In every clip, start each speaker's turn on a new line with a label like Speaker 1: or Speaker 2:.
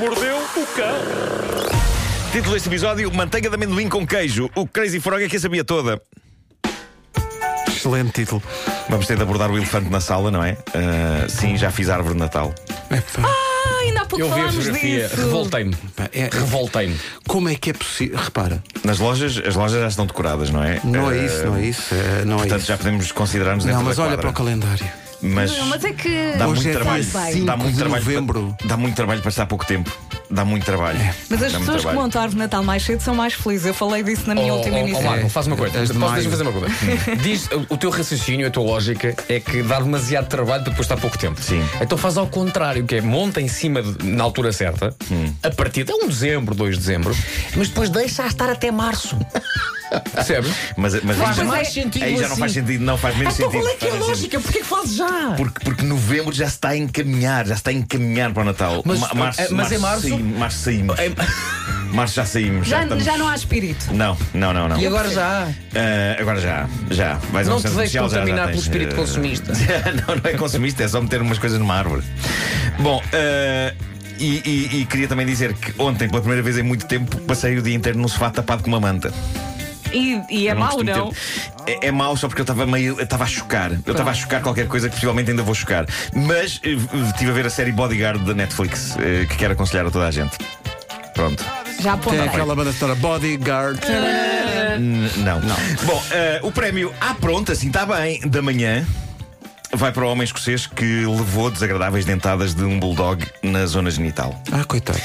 Speaker 1: O cão!
Speaker 2: Título deste episódio: Manteiga de amendoim com queijo. O Crazy Frog é que a sabia toda.
Speaker 3: Excelente título.
Speaker 2: Vamos ter de abordar o elefante na sala, não é? Ah, sim, já fiz árvore de Natal.
Speaker 3: Epá,
Speaker 4: Ah, ainda há pouco
Speaker 1: Eu vi a
Speaker 4: falámos
Speaker 1: fotografia.
Speaker 4: disso.
Speaker 1: Revoltei-me.
Speaker 3: pá, é-
Speaker 1: Revoltei-me.
Speaker 3: Como é que é possível? Repara,
Speaker 2: Nas lojas, as lojas já estão decoradas, não é?
Speaker 3: não
Speaker 2: Ah,
Speaker 3: é isso, não é isso, é, não é
Speaker 2: Portanto,
Speaker 3: isso.
Speaker 2: já podemos considerar-nos dentro
Speaker 3: Não, mas
Speaker 2: da
Speaker 3: olha para
Speaker 2: quadra.
Speaker 3: o calendário.
Speaker 2: Mas,
Speaker 4: Não, mas é que-
Speaker 2: dá
Speaker 4: Hoje
Speaker 2: muito
Speaker 3: é
Speaker 2: trabalho.
Speaker 4: dia
Speaker 2: Dá
Speaker 3: 5
Speaker 2: muito
Speaker 3: de
Speaker 2: trabalho.
Speaker 3: novembro. É.
Speaker 2: Dá muito trabalho passar pouco tempo. Dá muito trabalho.
Speaker 4: Mas as
Speaker 2: Dá muito
Speaker 4: pessoas que
Speaker 2: trabalho. Oh,
Speaker 4: montam a árvore de Natal mais cedo são mais felizes. Eu falei disso na
Speaker 1: Ó,
Speaker 4: minha
Speaker 1: ó,
Speaker 4: última
Speaker 1: ó, Marco,
Speaker 4: emissão.
Speaker 1: faz uma coisa.
Speaker 3: É, és
Speaker 1: Posso
Speaker 3: de maio.
Speaker 1: deixa-me fazer uma coisa? Diz, o teu raciocínio, a tua lógica é que dá demasiado trabalho para depois estar pouco tempo.
Speaker 2: Sim.
Speaker 1: Então faz ao contrário, que é monta em cima de- na altura certa,
Speaker 2: Hum.
Speaker 1: a partir de 1 de dezembro, 2 de dezembro, mas depois deixa a estar até março.
Speaker 2: Ah,
Speaker 1: Percebes?
Speaker 2: Mas, mas
Speaker 1: Faz
Speaker 2: aí, já-
Speaker 1: mais sentido
Speaker 2: Aí já não
Speaker 1: assim.
Speaker 2: faz sentido, não faz
Speaker 4: Ah,
Speaker 2: menos
Speaker 1: Então
Speaker 2: sentido.
Speaker 1: qual é que é a
Speaker 2: Faz menos sentido.
Speaker 1: lógica? Porquê que fazes já?
Speaker 2: Porque, porque novembro já se está a encaminhar, já se está a encaminhar para o Natal.
Speaker 1: Mas-
Speaker 2: Ma- março,
Speaker 1: é- mas em março-
Speaker 2: saímos, março saímos. Março já saímos.
Speaker 4: Já,
Speaker 2: estamos-
Speaker 4: já não há espírito.
Speaker 2: Não, não, não, não.
Speaker 1: E agora já?
Speaker 2: Ah, agora já, já. Vais a um
Speaker 1: Não te
Speaker 2: centro
Speaker 1: deixes
Speaker 2: comercial, já- já
Speaker 1: contaminar
Speaker 2: tens,
Speaker 1: pelo espírito
Speaker 2: eh,
Speaker 1: consumista.
Speaker 2: não, não é consumista, é só meter umas coisas numa árvore. Bom, ah, e, e- e queria também dizer que ontem, pela primeira vez em muito tempo, passei o dia inteiro num sofá tapado com uma manta.
Speaker 4: E, e é
Speaker 2: Eu não
Speaker 4: mau,
Speaker 2: costumo
Speaker 4: não?
Speaker 2: ter- É, é mau só porque eu estava meio. Eu estava a chocar. Eu estava a chocar qualquer coisa que possivelmente ainda vou chocar. Mas eh, estive a ver a série Bodyguard da Netflix, eh, que quero aconselhar a toda a gente. Pronto.
Speaker 4: Já aponta.
Speaker 3: Tem
Speaker 4: bem.
Speaker 3: aquela banda sonora Bodyguard.
Speaker 2: N- não. Bom, eh, o prémio à pronta, assim está bem, da manhã. Vai para o homem escocês que levou desagradáveis dentadas de um bulldog na zona genital.
Speaker 3: Ah, coitado.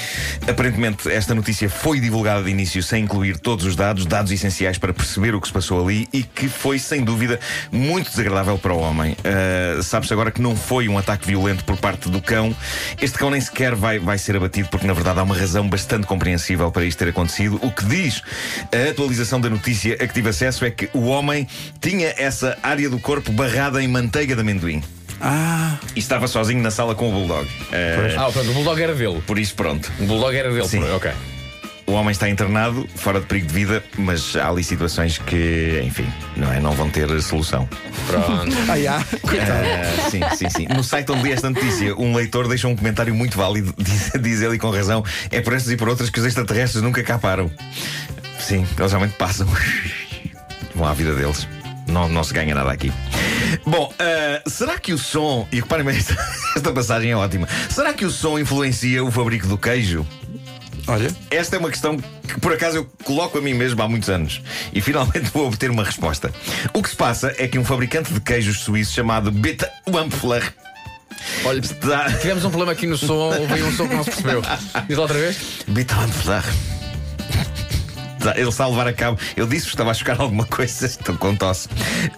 Speaker 2: Aparentemente, esta notícia foi divulgada de início sem incluir todos os dados, dados essenciais para perceber o que se passou ali e que foi, sem dúvida, muito desagradável para o homem. Uh, Sabe-se agora que não foi um ataque violento por parte do cão. Este cão nem sequer vai, vai ser abatido, porque, na verdade, há uma razão bastante compreensível para isto ter acontecido. O que diz a atualização da notícia a que tive acesso é que o homem tinha essa área do corpo barrada em manteiga de amendoim
Speaker 3: Ah,
Speaker 2: e estava sozinho na sala com o bulldog. Uh,
Speaker 1: Ah, pronto, o Bulldog era dele.
Speaker 2: por isso, pronto.
Speaker 1: O Bulldog era dele,
Speaker 2: Sim.
Speaker 1: pronto, ok.
Speaker 2: O homem está internado, fora de perigo de vida, mas há ali situações que, enfim, não, é? não vão ter solução.
Speaker 1: Pronto.
Speaker 3: ah, já.
Speaker 2: Ah, sim, sim, sim. No site onde li esta notícia, um leitor deixou um comentário muito válido, diz, diz ele e com razão: é por estas e por outras que os extraterrestres nunca cá param. Sim, eles realmente passam. Vão à vida deles. Não, não se ganha nada aqui. Bom, ah, será que o som. E reparem bem, esta, esta passagem é ótima. Será que o som influencia o fabrico do queijo?
Speaker 3: Olha,
Speaker 2: Esta é uma questão que por acaso eu coloco a mim mesmo há muitos anos e finalmente vou obter uma resposta. O que se passa é que um fabricante de queijos suíço chamado Beta Wampfler
Speaker 1: Olha,
Speaker 2: está.
Speaker 1: tivemos um problema aqui no som, ouvi um som que não se percebeu. Diz lá outra vez.
Speaker 2: Beta Wampfler. Está- Tá, Ele está a levar a cabo. Eu disse que estava a chocar alguma coisa, estou com tosse.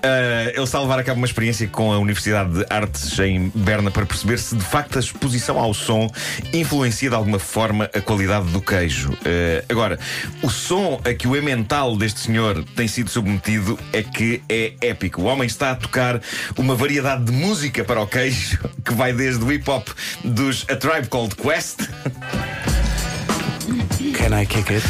Speaker 2: Ah, ele está a levar a cabo uma experiência com a Universidade de Artes em Berna para perceber se de facto a exposição ao som influencia de alguma forma a qualidade do queijo. Ah, agora, o som a que o emental deste senhor tem sido submetido é que é épico. O homem está a tocar uma variedade de música para o queijo que vai desde o hip hop dos A Tribe Called Quest.
Speaker 3: can I kick it?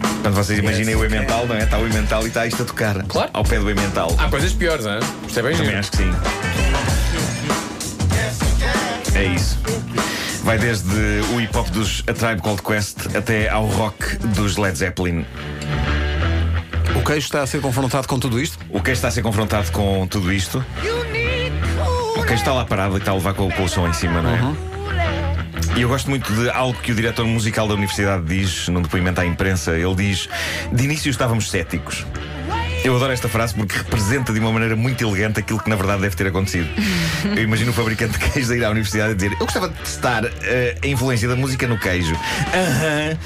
Speaker 2: Portanto, vocês imaginem o Emental, não é? Está o Emental e está isto a tocar.
Speaker 1: Claro.
Speaker 2: Ao pé do Emental.
Speaker 1: Há coisas piores, não é? Percebem?
Speaker 2: Também acho que sim. É isso. Vai desde o hip hop dos A Tribe Called Quest até ao rock dos Led Zeppelin.
Speaker 3: O queijo está a ser confrontado com tudo isto?
Speaker 2: O que está a ser confrontado com tudo isto? O que está lá parado e está a levar com, com o som em cima, não é? E eu gosto muito de algo que o diretor musical da universidade diz num depoimento à imprensa. Ele diz: De início estávamos céticos. Eu adoro esta frase porque representa de uma maneira muito elegante aquilo que na verdade deve ter acontecido. Eu imagino o fabricante de queijo a ir à universidade e dizer: Eu gostava de testar eh, a influência da música no queijo. Aham.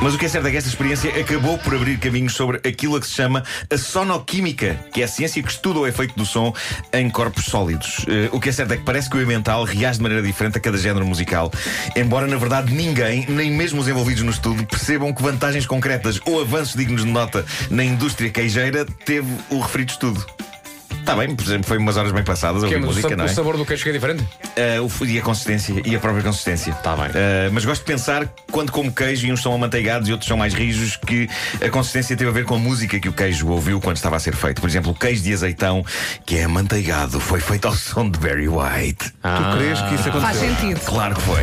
Speaker 2: Mas o que é certo é que esta experiência acabou por abrir caminhos sobre aquilo a que se chama a sonoquímica, que é a ciência que estuda o efeito do som em corpos sólidos. Eh, o que é certo é que parece que o mental reage de maneira diferente a cada género musical, embora na verdade ninguém, nem mesmo os envolvidos no estudo, percebam que vantagens concretas ou avanços dignos de nota na indústria queijeira teve o referido estudo. Está bem, por exemplo, foi umas horas bem passadas a
Speaker 1: Que
Speaker 2: ouvir
Speaker 1: é, mas o,
Speaker 2: música,
Speaker 1: sab-
Speaker 2: não
Speaker 1: o
Speaker 2: é?
Speaker 1: sabor do queijo que é diferente?
Speaker 2: Eh, o f- e a consistência, e a própria consistência.
Speaker 1: Tá bem.
Speaker 2: Eh, mas gosto de pensar, quando como queijo e uns são amanteigados e outros são mais rijos, que a consistência teve a ver com a música que o queijo ouviu quando estava a ser feito. Por exemplo, o queijo de azeitão, que é amanteigado, foi feito ao som de Barry White.
Speaker 3: Ah.
Speaker 1: Ah.
Speaker 3: Tu crees que isso
Speaker 4: Faz
Speaker 3: aconteceu?
Speaker 4: sentido.
Speaker 2: Claro que foi.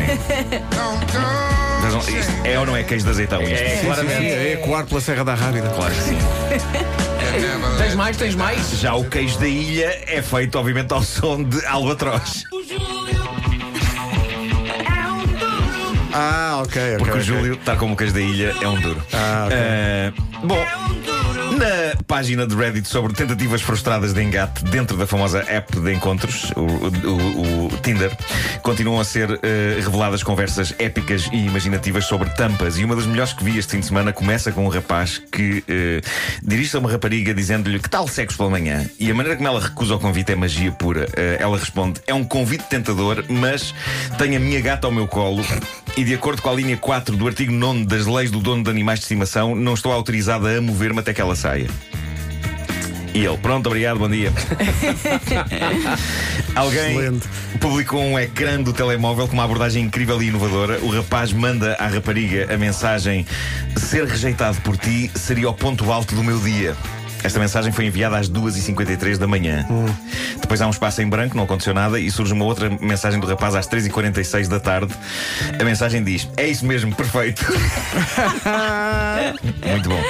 Speaker 2: Vejam, isto é ou não é queijo de azeitão? Isto?
Speaker 1: É, claramente.
Speaker 3: Sim, é ecoar pela Serra da Rábida.
Speaker 2: Claro que sim.
Speaker 1: Tens mais, tens mais?
Speaker 2: Já o queijo da ilha é feito, obviamente, ao som de albatroz.
Speaker 3: Ah, ok, ok.
Speaker 2: Porque o
Speaker 3: ok.
Speaker 2: Júlio, tal como o queijo da ilha, é um duro.
Speaker 3: Ah, ok.
Speaker 2: Eh, bom, na página de Reddit sobre tentativas frustradas de engate dentro da famosa app de encontros, o, o- o- o Tinder, continuam a ser eh, reveladas conversas épicas e imaginativas sobre tampas. E uma das melhores que vi este fim de semana começa com um rapaz que eh, dirige-se a uma rapariga dizendo-lhe que tal sexo pela manhã. E a maneira como ela recusa o convite é magia pura. Eh, ela responde: é um convite tentador, mas tenho a minha gata ao meu colo. E de acordo com a linha 4 do artigo 9 das leis do dono de animais de estimação, não estou autorizada a mover-me até que ela saia. E ele, pronto, obrigado, bom dia. Alguém
Speaker 3: Excelente.
Speaker 2: publicou um ecrã do telemóvel com uma abordagem incrível e inovadora. O rapaz manda à rapariga a mensagem: Ser rejeitado por ti seria o ponto alto do meu dia. Esta mensagem foi enviada às 2h53 da manhã. Depois há um espaço em branco, não aconteceu nada, e surge uma outra mensagem do rapaz às 3h46 da tarde. A mensagem diz: É isso mesmo, perfeito. Muito bom.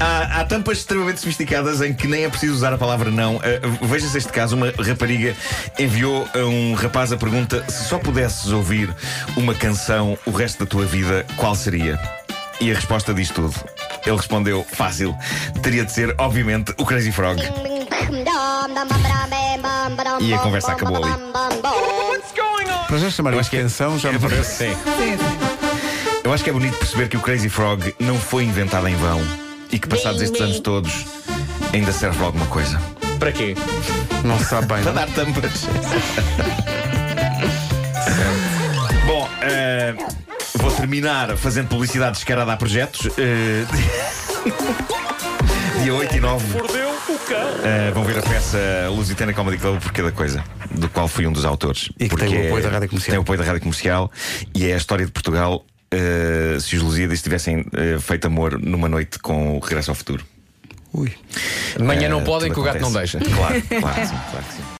Speaker 2: Há, há tampas extremamente sofisticadas em que nem é preciso usar a palavra não. Uh, Veja-se este caso: uma rapariga enviou a um rapaz a pergunta se só pudesses ouvir uma canção o resto da tua vida, qual seria? E a resposta diz tudo. Ele respondeu: fácil. Teria de ser, obviamente, o Crazy Frog.
Speaker 5: E a conversa acabou ali.
Speaker 3: Para já chamar a
Speaker 2: acho que é-
Speaker 3: atenção, já me parece.
Speaker 2: Sim.
Speaker 4: Sim.
Speaker 2: Eu acho que é bonito perceber que o Crazy Frog não foi inventado em vão e que, passados estes anos todos, ainda serve para alguma coisa.
Speaker 1: Para quê?
Speaker 3: Não se sabe bem.
Speaker 2: Para dar tampas. Bom, eh, vou terminar fazendo publicidade descarada a projetos. eh, dia 8 e 9. Mordeu o cão. vão ver a peça Lusitana Comedy Club, porque da coisa, do qual fui um dos autores.
Speaker 3: E que
Speaker 2: Porque
Speaker 3: tem o
Speaker 2: é-
Speaker 3: apoio da Rádio Comercial.
Speaker 2: Tem o apoio da Rádio Comercial e é a história de Portugal eh, se os Lusíadas tivessem eh, feito amor numa noite com o Regresso ao Futuro.
Speaker 3: Ui.
Speaker 1: Amanhã
Speaker 2: Eh,
Speaker 1: não podem,
Speaker 2: tudo
Speaker 1: que o gato não
Speaker 2: Eh, acontece.
Speaker 1: deixa.
Speaker 2: Claro, claro, que sim, claro que sim.